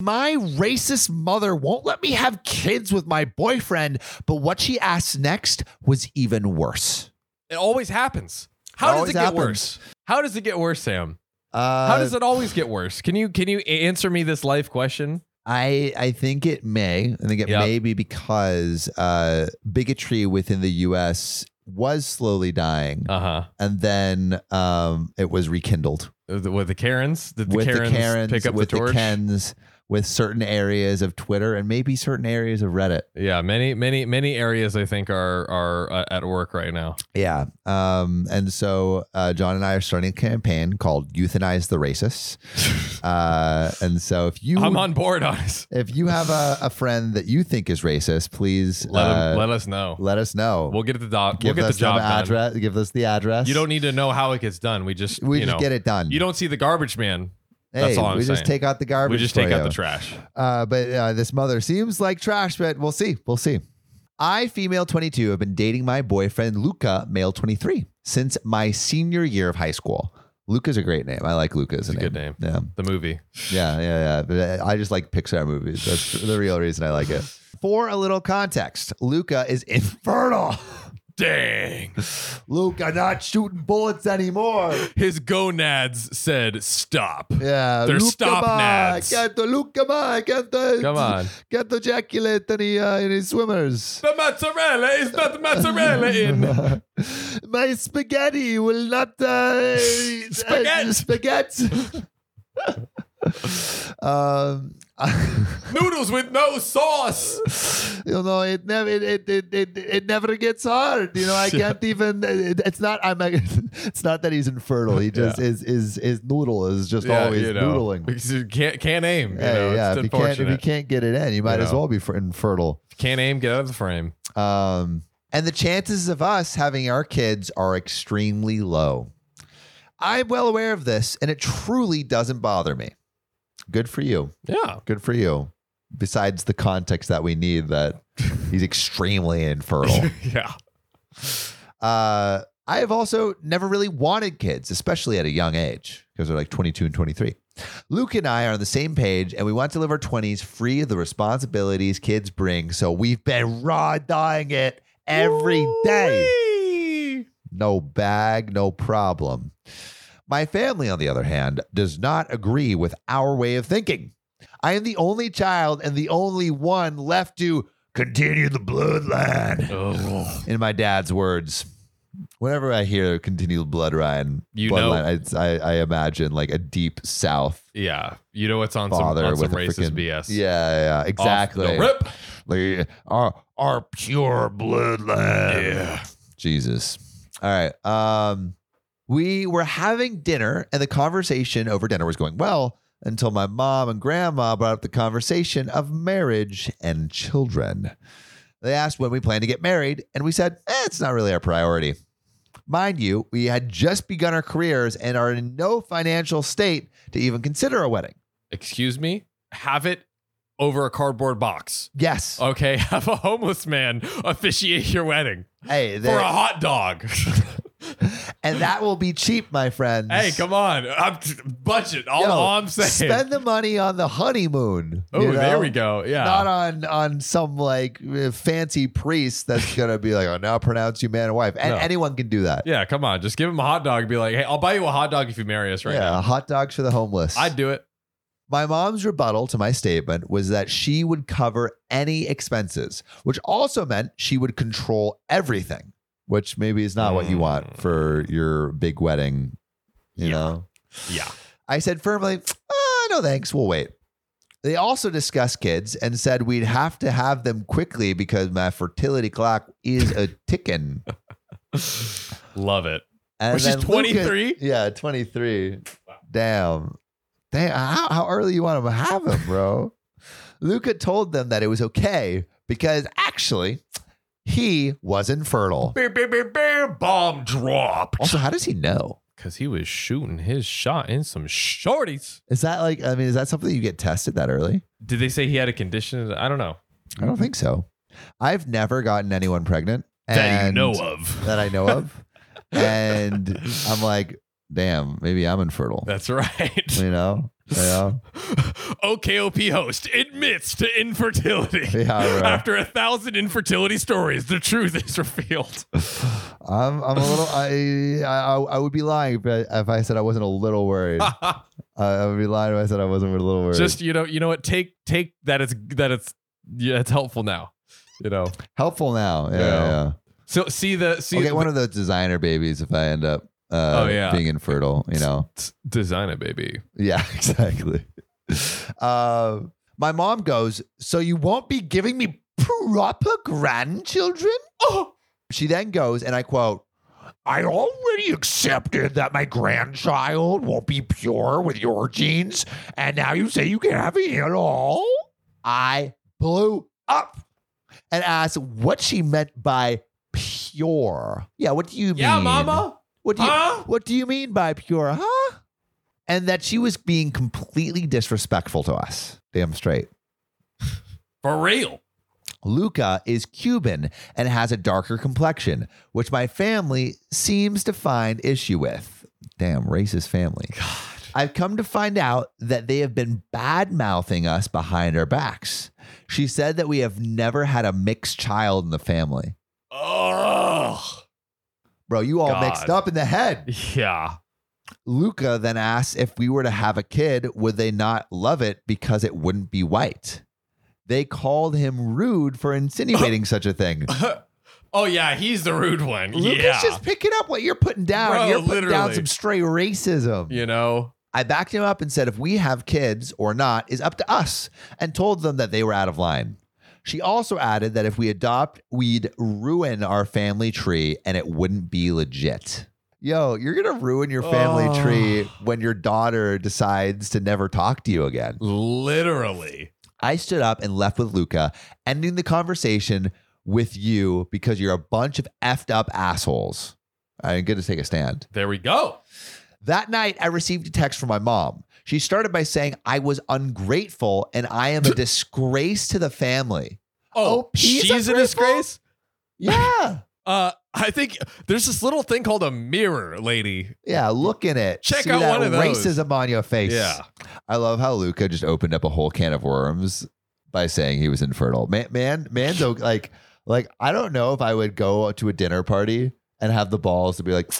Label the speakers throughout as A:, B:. A: My racist mother won't let me have kids with my boyfriend. But what she asked next was even worse.
B: It always happens. How does
A: always
B: it get
A: happens.
B: worse? How does it get worse, Sam?
A: Uh,
B: How does it always get worse? Can you can you a- answer me this life question?
A: I I think it may. I think it
B: Yeah.
A: may be because uh, bigotry within the U.S. was slowly dying,
B: Uh
A: and then um, it was rekindled
B: huh. With the Karens, did the,
A: with
B: Karens,
A: the Karens,
B: pick up
A: with
B: the torch?
A: Kens, with certain areas of Twitter, and maybe certain areas of Reddit.
B: yeah, many many many areas I think are are uh, at work right now.
A: Yeah. Um, and so uh, John and I are starting a campaign called "Euthanize the Racists." uh, and so if you
B: I'm on board, honest.
A: if you have a, a friend that you think is racist, please
B: Let 'em-
A: uh,
B: let us know.
A: let us know.
B: We'll get the doc. We'll
A: give
B: get the
A: us
B: job
A: some
B: done.
A: address. Give us the address.
B: You don't need to know how it gets done. We just
A: We
B: you
A: just
B: know,
A: get it done.
B: You don't see the garbage man.
A: Hey,
B: that's all I'm
A: we
B: saying.
A: just take out the garbage.
B: we just
A: for
B: take out
A: you.
B: the trash.
A: Uh, but uh, this mother seems like trash, but we'll see. We'll see. I, female 22, have been dating my boyfriend, Luca, male 23, since my senior year of high school. Luca's a great name. I like Luca's
B: It's a good name.
A: Yeah.
B: The movie.
A: Yeah, yeah, yeah. But uh, I just like Pixar movies. That's the real reason I like it. For a little context, Luca is infertile.
B: Dang.
A: Luca not shooting bullets anymore.
B: His gonads said stop.
A: Yeah,
B: They're
A: Luca
B: stop
A: Ma,
B: nads.
A: Get the Luca Ma, get the
B: Come on.
A: get the ejaculate in, the, uh, in his swimmers.
B: The mozzarella is not mozzarella in.
A: My spaghetti will not uh,
B: Spaghetti.
A: uh, spaghetti. um,
B: Noodles with no sauce.
A: you know, it never it, it, it, it, it never gets hard. You know, I can't even. It, it's not. I'm. like, It's not that he's infertile. He just is is is noodle is just always
B: you know,
A: noodling.
B: because you can't, can't aim. You
A: Hey,
B: know,
A: yeah,
B: it's
A: if you, can't, if
B: unfortunate.
A: you can't get it in, you might
B: You
A: as
B: know.
A: well be fer- infertile.
B: can't aim, get out of the frame.
A: Um, and the chances of us having our kids are extremely low. I'm well aware of this, and it truly doesn't bother me. Good for you.
B: Yeah.
A: Good for you. Besides the context that we need, that he's extremely infertile.
B: yeah.
A: Uh, I have also never really wanted kids, especially at a young age, because they're like 22 and 23. Luke and I are on the same page, and we want to live our 20s free of the responsibilities kids bring. So we've been raw dying it every day.
B: Wee.
A: No bag, no problem. My family, on the other hand, does not agree with our way of thinking. I am the only child and the only one left to continue the bloodline
B: Ugh.
A: in my dad's words. Whenever I hear continual blood run,
B: You
A: bloodline, I, I, I imagine like a deep South
B: Yeah. You know what's on
A: father
B: some, on
A: with
B: some
A: a
B: racist
A: freaking-
B: BS.
A: Yeah, yeah, exactly.
B: Off the rip.
A: Like, our our pure bloodline. Um, Jesus. All right. Um, we were having dinner, and the conversation over dinner was going well until my mom and grandma brought up the conversation of marriage and children. They asked when we plan to get married, and we said, eh, it's not really our priority. Mind you, we had just begun our careers and are in no financial state to even consider a wedding.
B: Excuse me. Have it over a cardboard box.
A: Yes.
B: Okay. Have a homeless man officiate your wedding
A: hey,
B: for
A: there-
B: a hot dog.
A: and that will be cheap, my friends.
B: hey, come on. I'm budget. All,
A: Yo,
B: all I'm saying.
A: Spend the money on the honeymoon.
B: oh,
A: you
B: there
A: know?
B: we go. Yeah.
A: Not on on some like uh, fancy priest that's gonna be like, oh, now pronounce you man and wife, and
B: No.
A: anyone can do that.
B: yeah. Come on. Just give him a hot dog and be like, hey, I'll buy you a hot dog if you marry us right
A: Yeah,
B: now.
A: hot dogs for the homeless.
B: I'd do it.
A: My mom's rebuttal to my statement was that she would cover any expenses, which also meant she would control everything, which maybe is not what you want for your big wedding. You
B: Mm. Yeah.
A: know,
B: Yeah.
A: I said firmly, ah, no thanks, we'll wait. They also discussed kids and said we'd have to have them quickly because my fertility clock is a ticking.
B: Love it.
A: And
B: Which is
A: then Luca-
B: 23?
A: yeah, 23. Damn. Damn. How, how early you want to have him, bro? Luca told them that it was okay because actually he was infertile.
B: Beep, beep, beep, beep, bomb drop.
A: Also, how does he know?
B: Because he was shooting his shot in some shorties.
A: Is that like, I mean, is that something you get tested that early?
B: Did they say he had a condition? I don't know.
A: I don't think so. I've never gotten anyone pregnant and-
B: of.
A: That I know of. and I'm like, damn, maybe I'm infertile.
B: That's right.
A: You know? Yeah.
B: OKOP host admits to infertility.
A: Oh, Yeah, right.
B: After a thousand infertility stories, the truth is revealed.
A: I'm, I'm a little. I, I I would be lying if I, if I said I wasn't a little worried. I, I would be lying if I said I wasn't a little worried.
B: Just you know, you know what? Take take that it's that it's yeah, it's helpful now. You know.
A: helpful now. Yeah.
B: Yeah.
A: yeah.
B: So see the see
A: I'll get
B: the,
A: one of those designer babies if I end up. Uh,
B: Oh, yeah.
A: being infertile. You know.
B: design it, baby.
A: Yeah, exactly. Uh, my mom goes, So you won't be giving me proper grandchildren? Oh. She then goes, and I quote, I already accepted that my grandchild won't be pure with your genes, and now you say you can't have it at all? I blew up and asked what she meant by pure. Yeah, what do you mean?
B: Yeah, mama.
A: What do you
B: Huh?
A: What do you mean by pure, huh? And that she was being completely disrespectful to us. Damn straight.
B: For real.
A: Luca is Cuban and has a darker complexion, which my family seems to find issue with. Damn, racist family.
B: God.
A: I've come to find out that they have been bad mouthing us behind our backs. She said that we have never had a mixed child in the family.
B: Oh.
A: Bro, you all
B: God.
A: mixed up in the head.
B: Yeah.
A: Luca then asks if we were to have a kid, would they not love it because it wouldn't be white? They called him rude for insinuating such a thing.
B: oh yeah, he's the rude one.
A: Luca's
B: yeah.
A: just picking up what you're putting down.
B: Bro,
A: you're putting down
B: literally.
A: some straight racism.
B: you know.
A: I backed him up and said if we have kids or not is up to us and told them that they were out of line. She also added that if we adopt, we'd ruin our family tree and it wouldn't be legit. Yo, you're going to ruin your family
B: Oh.
A: tree when your daughter decides to never talk to you again.
B: Literally.
A: I stood up and left with Luca, ending the conversation with you because you're a bunch of effed up assholes. I'm going to take a stand.
B: There we go.
A: That night, I received a text from my mom. She started by saying, I was ungrateful and I am a disgrace to the family.
B: Oh,
A: Oh, he's
B: she's a
A: ungrateful?
B: disgrace.
A: Yeah.
B: Uh, I think there's this little thing called a mirror, lady.
A: Yeah. Look in it.
B: Check
A: See
B: out
A: that
B: one of those.
A: racism on your face.
B: Yeah.
A: I love how Luca just opened up a whole can of worms by saying he was infertile. Man, man, man's o- like, like, I don't know if I would go to a dinner party and have the balls to be like,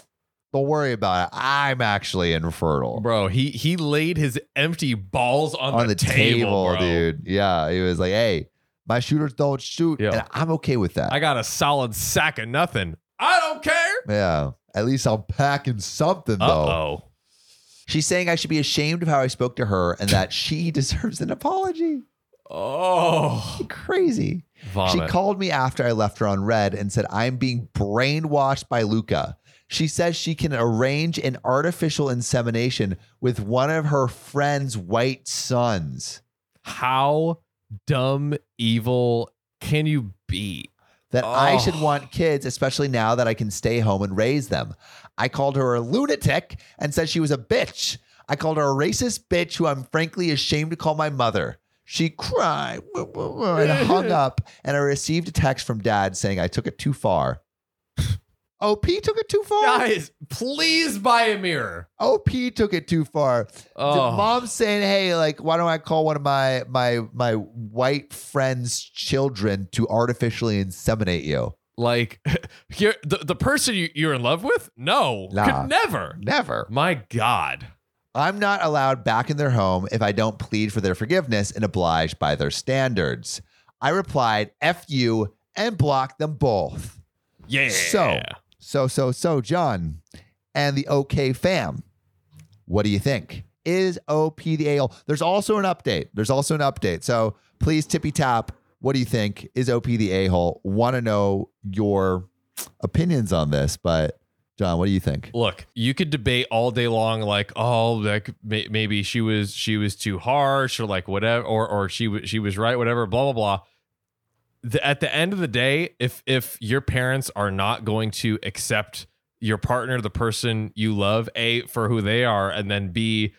A: don't worry about it. I'm actually infertile.
B: Bro, he he laid his empty balls on, the, table, bro.
A: dude. Yeah, he was like, "Hey, my shooters don't shoot,"
B: Yeah.
A: and I'm okay with that.
B: I got a solid sack of nothing. I don't care.
A: yeah, at least I'm packing something
B: Uh
A: though.
B: oh.
A: She's saying I should be ashamed of how I spoke to her and that she deserves an apology.
B: Oh.
A: Crazy. She
B: Vomit.
A: called me after I left her on red and said I'm being brainwashed by Luca. She says she can arrange an artificial insemination with one of her friend's white sons.
B: How dumb, evil can you be?
A: that I should
B: Oh.
A: want kids, especially now that I can stay home and raise them. I called her a lunatic and said she was a bitch. I called her a racist bitch who I'm frankly ashamed to call my mother. She cried and hung up, and I received a text from dad saying I took it too far. OP took it too far.
B: Guys, please buy a mirror.
A: OP took it too far.
B: Oh.
A: The mom's saying, "Hey, like, why don't I call one of my my my white friends' children to artificially inseminate you?"
B: like you're, the, the person you, you're in love with no
A: Nah.
B: could never
A: Never.
B: my god
A: I'm not allowed back in their home if I don't plead for their forgiveness and oblige by their standards. I replied, F you, and blocked them both.
B: yeah
A: So, so, so, so, John and the OK fam. What do you think? Is OP the AL? There's also an update. There's also an update. So please tippy tap. What do you think? Is OP the a hole? Want to know your opinions on this, but John, what do you think?
B: look you could debate all day long like oh like may, maybe she was she was too harsh or like whatever or or she was she was right whatever blah blah blah the, at the end of the day if if your parents are not going to accept your partner the person you love a for who they are and then b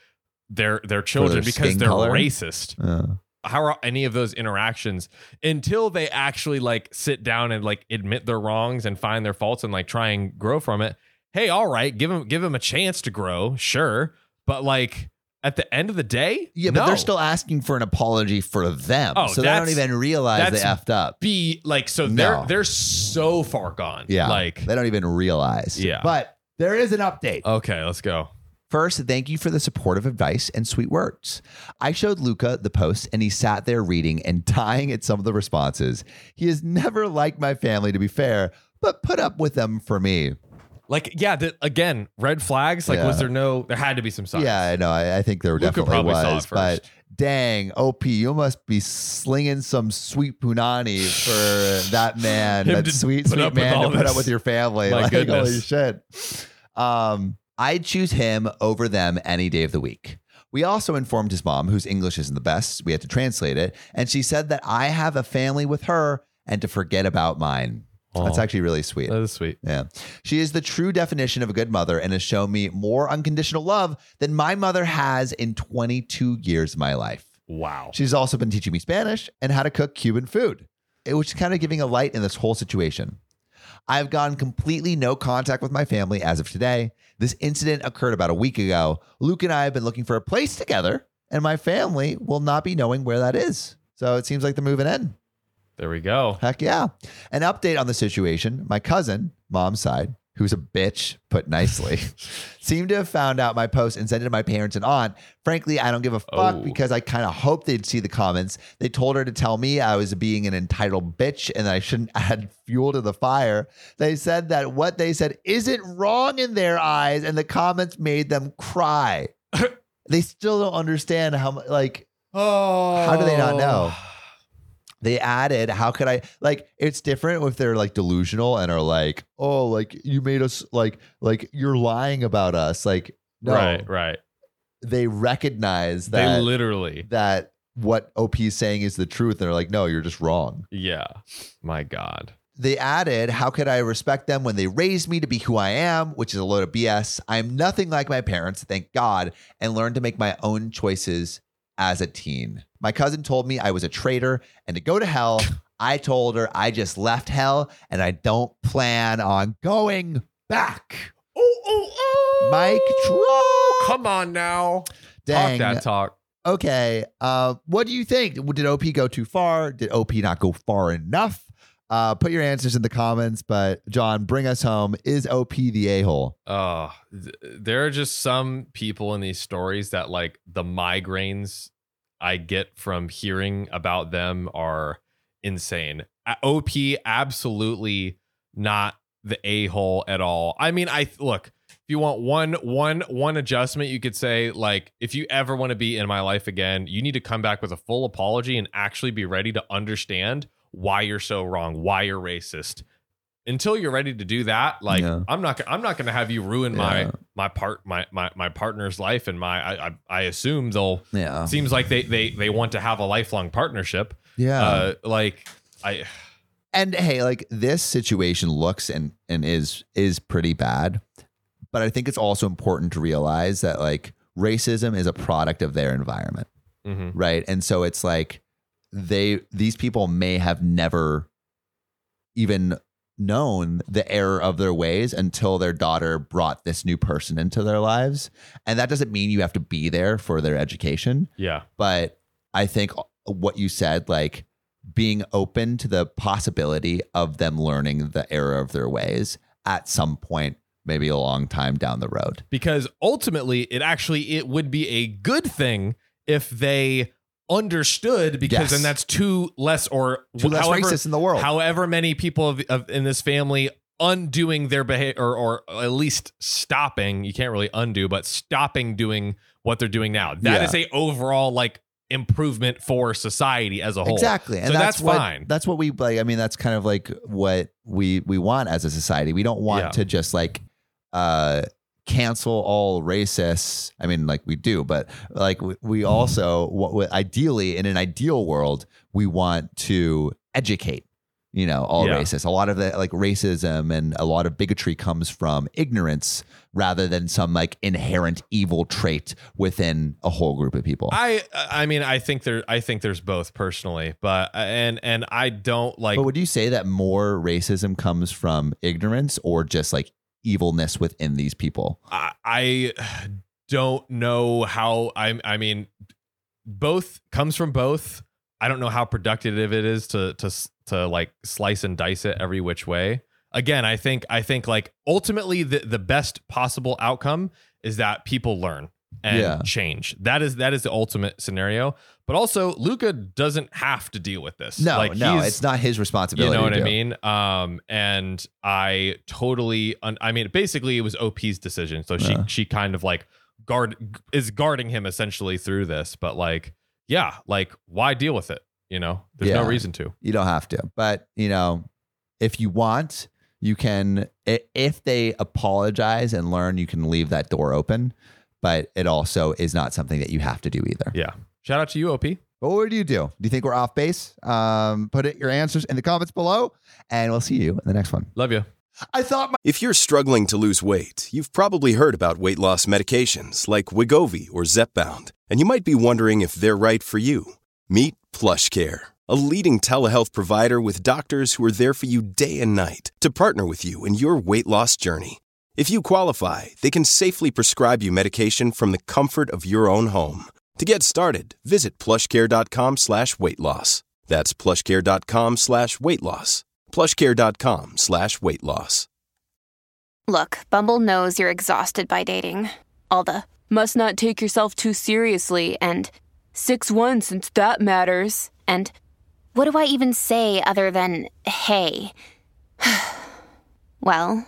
B: their their children because
A: skin
B: they're
A: color?
B: racist
A: Uh,
B: how are any of those interactions until they actually like sit down and like admit their wrongs and find their faults and like try and grow from it hey all right give them give them a chance to grow sure but like at the end of the day,
A: Yeah, but they're
B: no.
A: still asking for an apology for them.
B: Oh,
A: so they don't
B: that's-
A: even realize they
B: that's-
A: effed up.
B: be like so
A: No.
B: they're they're so far gone.
A: Yeah.
B: Like
A: They don't even realize.
B: Yeah. Uh,
A: But there is an update.
B: okay, let's go.
A: First, thank you for the supportive advice and sweet words. I showed Luca the post and he sat there reading and dying at some of the responses. He has never liked my family, to be fair, but put up with them for me.
B: Like yeah, the, again, red flags. Like
A: Yeah.
B: was there no? There had to be some signs.
A: Yeah, I know. I, I think there
B: Luca
A: definitely
B: probably
A: was.
B: saw it
A: But
B: first.
A: dang, OP, you must be slinging some sweet punani for that man,
B: Him
A: that
B: to
A: sweet,
B: put
A: sweet
B: up with
A: man to
B: all
A: put up
B: this.
A: with your family.
B: My
A: like, holy
B: goodness.
A: shit. Um, I'd choose him over them any day of the week. We also informed his mom, whose English isn't the best. We had to translate it. And she said that I have a family with her and to forget about mine. That's
B: Aw.
A: actually really sweet.
B: That is sweet.
A: Yeah. She is the true definition of a good mother and has shown me more unconditional love than my mother has in 22 years of my life.
B: Wow.
A: She's also been teaching me Spanish and how to cook Cuban food, eh, which is kind of giving a light in this whole situation. I've gone completely no contact with my family as of today. This incident occurred about a week ago. Luke and I have been looking for a place together, and my family will not be knowing where that is. So it seems like they're moving in.
B: There we go.
A: Heck yeah. An update on the situation my cousin, mom's side, who's a bitch, put nicely, seemed to have found out my post and sent it to my parents and aunt. Frankly, I don't give a fuck
B: Oh.
A: because I kind of hoped they'd see the comments. They told her to tell me I was being an entitled bitch and that I shouldn't add fuel to the fire. They said that what they said isn't wrong in their eyes, and the comments made them cry. they still don't understand how, mu- like,
B: Oh.
A: How do they not know? they added how could i like it's different if they're like delusional and are like oh like you made us like like you're lying about us like no
B: Right. Right.
A: they recognize
B: They
A: that
B: literally.
A: that what op is saying is the truth and they're like no you're just wrong
B: Yeah. My God.
A: they added how could i respect them when they raised me to be who i am which is a load of bs i'm nothing like my parents thank god and learned to make my own choices as a teen my cousin told me i was a traitor and to go to hell I told her I just left hell and I don't plan on going back.
B: Oh. Oh. Oh.
A: Mike Troll.
B: Come on now.
A: Dang.
B: Talk that talk.
A: Okay. Uh, what do you think? Did OP go too far? Did OP not go far enough? Uh, put your answers in the comments. But John, bring us home. Is OP the a hole?
B: Oh, th- there are just some people in these stories that like the migraines I get from hearing about them are insane. A- OP absolutely not the a hole at all. I mean, I look if you want one one one adjustment, you could say like if you ever want to be in my life again, you need to come back with a full apology and actually be ready to understand why you're so wrong, why you're racist. Until you're ready to do that, like
A: Yeah.
B: I'm not, I'm not going to have you ruin
A: Yeah.
B: my my part, my my my partner's life, and my I I, I assume they'll
A: Yeah.
B: seems like they they they want to have a lifelong partnership.
A: Yeah.
B: Uh, like I
A: and hey, like this situation looks and and is is pretty bad, but I think it's also important to realize that like racism is a product of their environment.
B: mhm.
A: right and so it's like they these people may have never even known the error of their ways until their daughter brought this new person into their lives and that doesn't mean you have to be there for their education
B: yeah
A: but i think what you said like being open to the possibility of them learning the error of their ways at some point maybe a long time down the road
B: because ultimately it actually it would be a good thing if they understood because
A: Yes.
B: then that's two less or
A: Two less
B: however
A: racists in the world
B: however many people of, of in this family undoing their behavior or, or at least stopping you can't really undo but stopping doing what they're doing now That
A: Yeah.
B: is a overall like improvement for society as a whole
A: Exactly. And
B: So
A: that's,
B: that's
A: what,
B: fine.
A: That's what we like. I mean, that's kind of like what we we want as a society. We don't want
B: Yeah.
A: to just like uh cancel all racists. I mean, like we do, but like we, we
B: Mm-hmm.
A: also what, what ideally in an ideal world, we want to educate you know all
B: Yeah.
A: racists a lot of that like racism and a lot of bigotry comes from ignorance rather than some like inherent evil trait within a whole group of people
B: i i mean i think there i think there's both personally but and and i don't like
A: but would you say that more racism comes from ignorance or just like evilness within these people?
B: I, I don't know how I I mean both comes from both. I don't know how productive it is to to s- to like slice and dice it every which way. Again, I think I think like ultimately the the best possible outcome is that people learn and
A: Yeah.
B: change. That is that is the ultimate scenario. But also Luca doesn't have to deal with this.
A: No,
B: like
A: no,
B: he's-
A: it's not his
B: you
A: responsibility.
B: know what
A: to
B: I
A: do.
B: mean? Um, and I totally, un- I mean, basically, it was OP's decision. So she
A: Yeah.
B: she kind of like guard is guarding him essentially through this. But like, yeah, like why deal with it? You know, there's no
A: Yeah.
B: reason to.
A: You don't have to, but you know, if you want, you can. i- If they apologize and learn, you can leave that door open. But it also is not something that you have to do either.
B: Yeah. Shout out to you, OP.
A: But what would you do? Do you think we're off base? Um, put it, your answers in the comments below, and we'll see you in the next one.
B: Love you.
A: I thought my
C: If you're struggling to lose weight, you've probably heard about weight loss medications like Wigovi or Zepbound, and you might be wondering if they're right for you. Meet PlushCare, a leading telehealth provider with doctors who are there for you day and night to partner with you in your weight loss journey. If you qualify, they can safely prescribe you medication from the comfort of your own home. To get started, visit plushcare.com slash weight loss. That's plushcare.com slash weight loss. plushcare.com slash weight loss.
D: Look, Bumble knows you're exhausted by dating. All the must not take yourself too seriously and 6 1 since that matters. And what do I even say other than hey? well,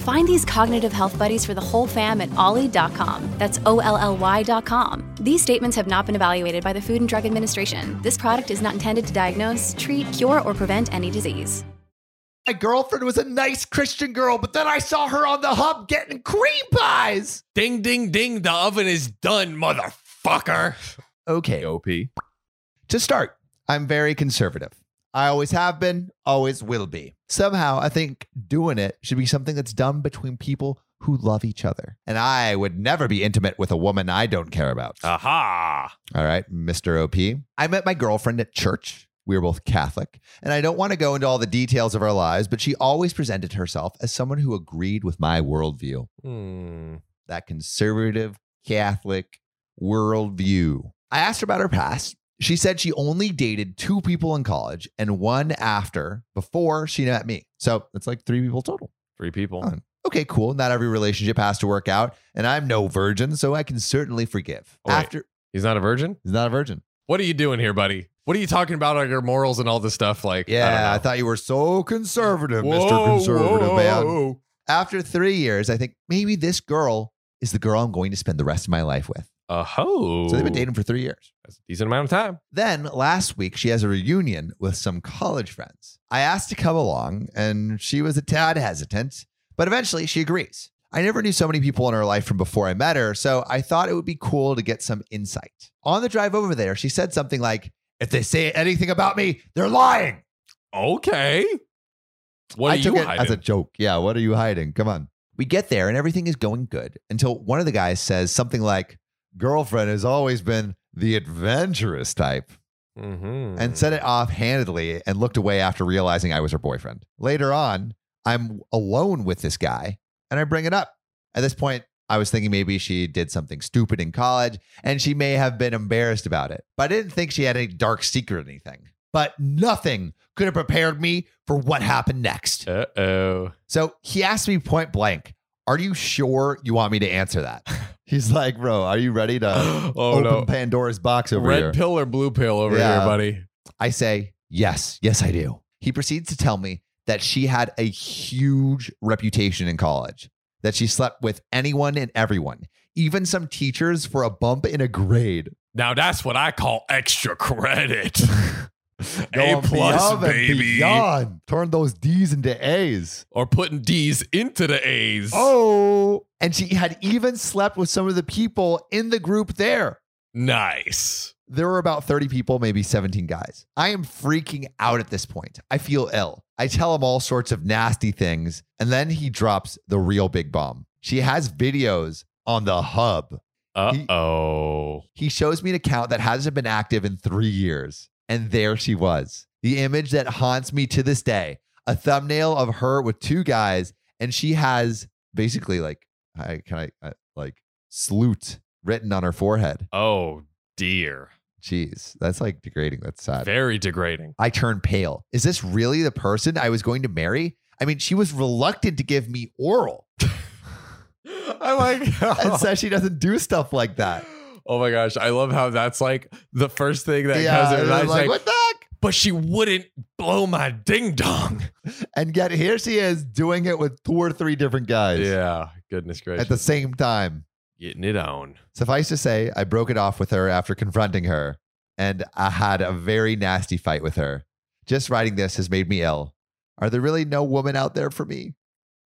E: Find these cognitive health buddies for the whole fam at ollie.com. That's O L L Y.com. These statements have not been evaluated by the Food and Drug Administration. This product is not intended to diagnose, treat, cure, or prevent any disease.
A: my girlfriend was a nice Christian girl, but then I saw her on the hub getting cream pies.
B: Ding, ding, ding. The oven is done, motherfucker.
A: Okay,
B: OP.
A: To start, I'm very conservative. I always have been, always will be. Somehow, I think doing it should be something that's done between people who love each other. And I would never be intimate with a woman I don't care about.
B: Ah. Aha.
A: All right, Mr. OP. I met my girlfriend at church. We were both Catholic, and I don't want to go into all the details of our lives, but she always presented herself as someone who agreed with my worldview,
B: Hmm.
A: that conservative Catholic worldview. I asked her about her past. She said she only dated two people in college and one after before she met me. So that's like three people total
B: Three people.
A: Huh. okay, cool. Not every relationship has to work out, and I'm no virgin, so I can certainly forgive.
B: Oh, wait.
A: After
B: He's not a virgin.
A: he's not a virgin.
B: What are you doing here, buddy? What are you talking about on your morals and all this stuff? Like, I don't
A: Yeah, I,
B: know.
A: thought you were so conservative, Mr.
B: Whoa,
A: Conservative
B: whoa,
A: Man.
B: whoa.
A: After three years, I think maybe this girl is the girl I'm going to spend the rest of my life with.
B: Uh ho.
A: So they've been dating for three years.
B: That's a decent amount of time.
A: Then last week, she has a reunion with some college friends. I asked to come along, and she was a tad hesitant, but eventually she agrees. I never knew so many people in her life from before I met her, so I thought it would be cool to get some insight. On the drive over there, she said something like, If they say anything about me, they're lying.
B: Okay. What
A: I
B: are
A: took
B: you
A: it as a
B: hiding?
A: joke. Yeah, what are you hiding? Come on. We get there, and everything is going good until one of the guys says something like, Girlfriend has always been the adventurous type.
B: Mhm.
A: Mm-hmm. and said it offhandedly and looked away after realizing I was her boyfriend. Later on, I'm alone with this guy and I bring it up. At this point, I was thinking maybe she did something stupid in college and she may have been embarrassed about it, but I didn't think she had any dark secret or anything. But nothing could have prepared me for what happened next.
B: Mm-hmm. Uh-oh.
A: So he asked me point blank, Are you sure you want me to answer that? He's like, Bro, are you ready to
B: oh
A: Uh, open
B: no.
A: Pandora's box over
B: Red
A: here?
B: pill or blue pill over
A: Yeah.
B: here, buddy.
A: I say, yes, yes, I do. He proceeds to tell me that she had a huge reputation in college, that she slept with anyone and everyone, even some teachers for a bump in a grade.
B: Now that's what I call extra credit.
A: Go
B: A plus,
A: above and
B: baby.
A: beyond. Turn those D's into A's.
B: Or putting D's into the A's.
A: Oh, and she had even slept with some of the people in the group there.
B: nice.
A: There were about 30 people, maybe 17 guys. I am freaking out at this point. I feel ill. I tell him all sorts of nasty things, and then he drops the real big bomb. She has videos on the hub.
B: Uh
A: He-
B: oh.
A: He shows me an account that hasn't been active in three years. And there she was. The image that haunts me to this day a thumbnail of her with two guys. And she has basically like, I can I, uh, like, salute written on her forehead.
B: Oh dear.
A: Jeez, that's like degrading. That's sad.
B: Very degrading.
A: I turn pale. Is this really the person I was going to marry? I mean, she was reluctant to give me oral
B: I like
A: and says she doesn't do stuff like that.
B: Oh my gosh, I love how that's like the first thing that comes in.
A: and
B: And I
A: I'm
B: was
A: like,
B: like,
A: what the heck?
B: but she wouldn't blow my ding dong.
A: And yet here she is doing it with two or three different guys
B: Yeah, goodness gracious.
A: at the same time.
B: Getting it on.
A: Suffice to say, I broke it off with her after confronting her, and I had a very nasty fight with her. Just writing this has made me ill. Are there really no women out there for me?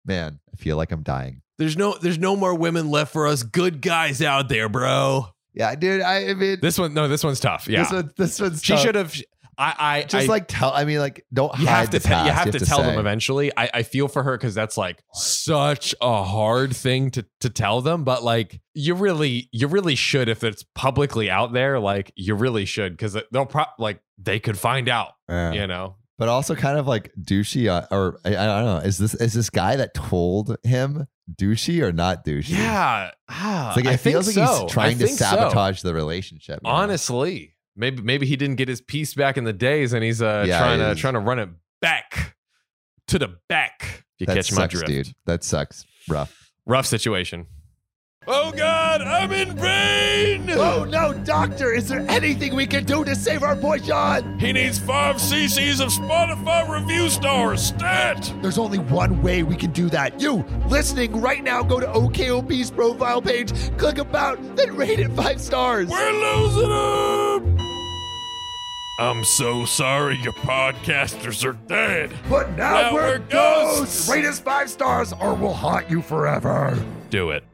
A: Man, I feel like I'm dying.
B: There's no there's no more women left for us good guys out there, bro.
A: Yeah, dude. I, I mean,
B: This one no, this one's tough. Yeah.
A: this, one, this one's
B: she
A: tough.
B: should have I I
A: just
B: I-
A: like tell. I mean, like don't
B: you
A: hide
B: have
A: the
B: to te-
A: past.
B: you have to, tell them
A: say.
B: eventually. I, I feel for her because that's like such a hard thing to to tell them, but like you really you really should if it's publicly out there, like you really should because they'll pro like they could find out,
A: Yeah.
B: you know.
A: but also kind of like douchey uh, or I, I don't know is this is this guy that told him douchey or not douchey
B: Yeah, ah,
A: it's like it
B: I think
A: feels like
B: so.
A: he's
B: I
A: trying to
B: think so.
A: sabotage the relationship you know?
B: Honestly, maybe maybe he didn't get his piece back in the days, and he's uh
A: Yeah,
B: trying
A: he
B: to
A: is.
B: trying to run it back to the back. If you
A: that
B: catch
A: sucks
B: my drift,
A: dude that sucks rough
B: rough situation. Oh God, I'm in pain.
A: Oh, no doctor is there anything we can do to save our boy John
B: He needs five cc's of Spotify review stars. Stat.
A: there's only one way we can do that you listening right now go to OKOP's profile page click about then rate it five stars
B: losing him. I'm so sorry, your podcasters are dead.
A: but
B: now we're ghosts.
A: rate us five stars or we'll haunt you forever
B: Do it.